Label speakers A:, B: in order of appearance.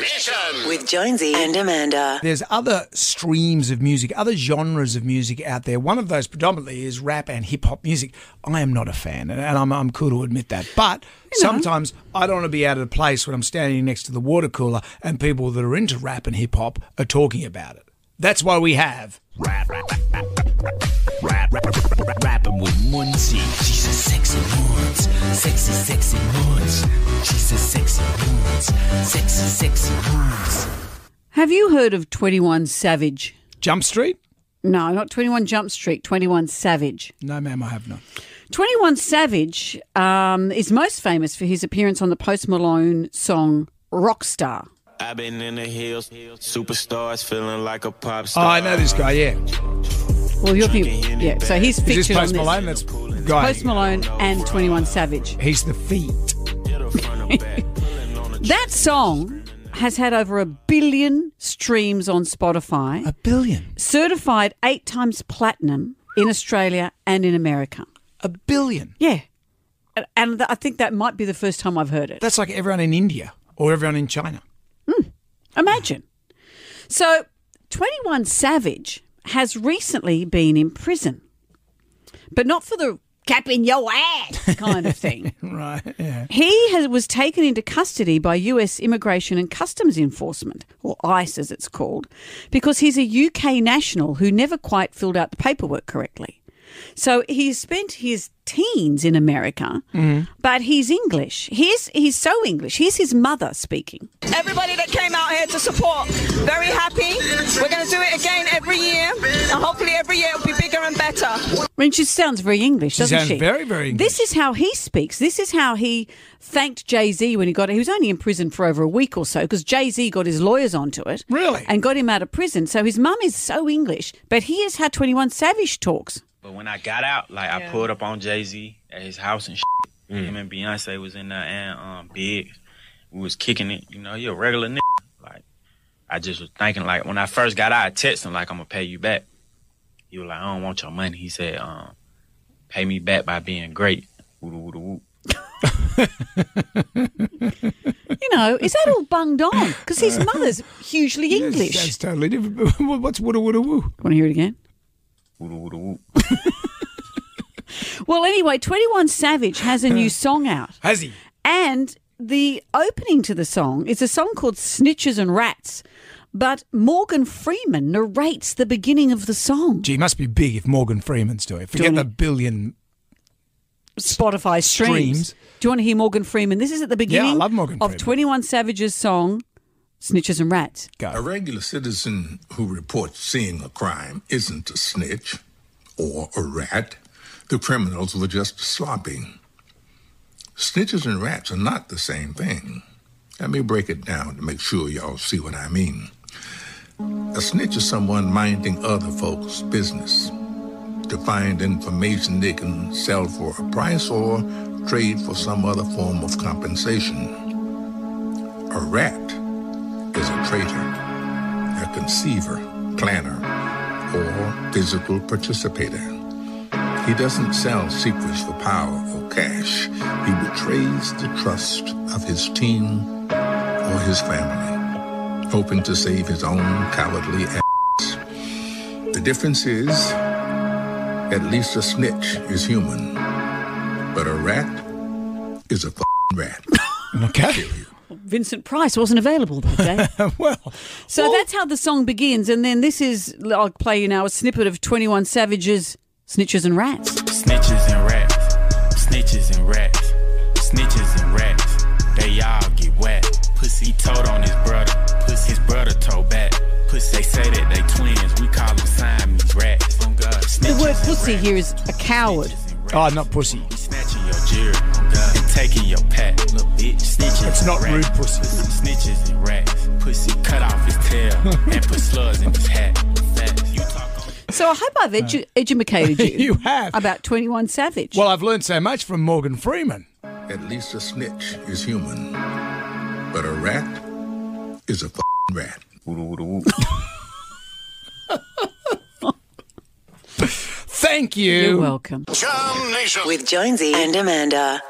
A: Mission.
B: with Jonesy and Amanda.
C: There's other streams of music, other genres of music out there. One of those predominantly is rap and hip hop music. I am not a fan, and and I'm, I'm cool to admit that. But sometimes I don't want to be out of place when I'm standing next to the water cooler and people that are into rap and hip hop are talking about it. That's why we have.
D: Rapping with Muncie. She's a sexy Munz. Sexy, sexy Munz. She's a sexy Munz. Sexy, sexy Munz.
E: Have you heard of 21 Savage?
C: Jump Street?
E: No, not 21 Jump Street, 21 Savage.
C: No, ma'am, I have not.
E: 21 Savage um, is most famous for his appearance on the Post Malone song Rockstar.
F: I've been in the hills, superstars, feeling like a pop
C: Oh,
F: star.
C: I know this guy, yeah.
E: Well, you're thinking, yeah, so he's
C: Is
E: featured
C: this Post
E: on this.
C: Malone? That's guy.
E: Post Malone and 21 Savage.
C: He's the feet.
E: That song has had over a billion streams on Spotify,
C: A billion.
E: certified eight times platinum in Australia and in America.
C: A billion.
E: Yeah. And- And th- I think that might be the first time I've heard it.
C: That's like everyone in India or everyone in China.
E: Imagine. So, 21 Savage has recently been in prison, but not for the cap in your ass kind of thing.
C: Right, yeah.
E: He has, was taken into custody by US Immigration and Customs Enforcement, or ICE as it's called, because he's a UK national who never quite filled out the paperwork correctly. So he spent his teens in America,
C: Mm-hmm.
E: but he's English. He's, he's so English. Here's his mother speaking.
G: everybody that came out here to support. Very happy. We're going to do it again every year, and hopefully every year it'll be bigger and better.
E: I mean, she sounds very English, doesn't
C: sounds
E: she?
C: very, very English.
E: This is how he speaks. This is how he thanked Jay Z when he got it. He was only in prison for over a week or so because Jay Z got his lawyers onto it.
C: Really?
E: And got him out of prison. So his mum is so English, but here's how 21 Savage talks.
H: But when I got out, like I pulled up on Jay Z at his house and shit.
C: Mm.
H: Him and Beyonce was in there and um big. We was kicking it, you know, you're a regular nigga. Like I just was thinking like when I first got out, I texted him like I'm gonna pay you back. He was like, I don't want your money. He said, um, pay me back by being great. Woo woo woo.
E: You know, is that all bunged on? Because his mother's hugely English.
C: That's totally different. What's wooda wooda woo?
E: Want to hear it again?
H: Woo woo woo.
E: Well, anyway, 21 Savage has a new song out.
C: Has he?
E: And the opening to the song is a song called Snitches and Rats, but Morgan Freeman narrates the beginning of the song.
C: Gee, must be big if Morgan Freeman's doing it. Forget
E: Johnny.
C: the billion.
E: Spotify streams.
C: Streams.
E: Do you want to hear Morgan Freeman? This is at the beginning
C: love Morgan
E: of
C: Freeman.
E: 21 Savage's song Snitches and Rats.
I: A
C: Go.
I: regular citizen who reports seeing a crime isn't a snitch or a rat. The criminals were just sloppy. Snitches and rats are not the same thing. Let me break it down to make sure y'all see what I mean. A snitch is someone minding other folks' business to find information they can sell for a price or trade for some other form of compensation. A rat is a traitor, a conceiver, planner, or physical participator. He doesn't sell secrets for power or cash. He betrays the trust of his team or his family, hoping to save his own cowardly ass. The difference is, at least a snitch is human, but a rat is a f***ing rat.
C: Okay.
E: Vincent Price wasn't available that day.
C: well,
E: so that's how the song begins. And then this is, I'll play you now a snippet of 21 Savage's Snitches and Rats.
D: Snitches and rats. Snitches and rats. Snitches and rats. They all get wet. Pussy told on his brother. Puss his brother told back. Pussy they say that they twins. We call them Siamese rats. Oh, God.
E: The
D: Snitches
E: word
D: and
E: pussy
D: rats.
E: here is a coward.
C: oh, not pussy.
D: We snatching your jewelry and taking your pack. Little bitch, snitches.
C: It's
D: and
C: not
D: rats.
C: rude pussy.
D: Snitches and rats. Pussy cut off his tail and put slugs in his hat. Facts. You talk on.
E: So I hope I've edu- educated you.
C: You have.
E: About 21 Savage.
C: Well, I've learned so much from Morgan Freeman.
I: At least a snitch is human, but a rat is a f***ing rat.
C: Thank you.
E: You're welcome.
A: Jam Nation.
B: With Jonesy and Amanda.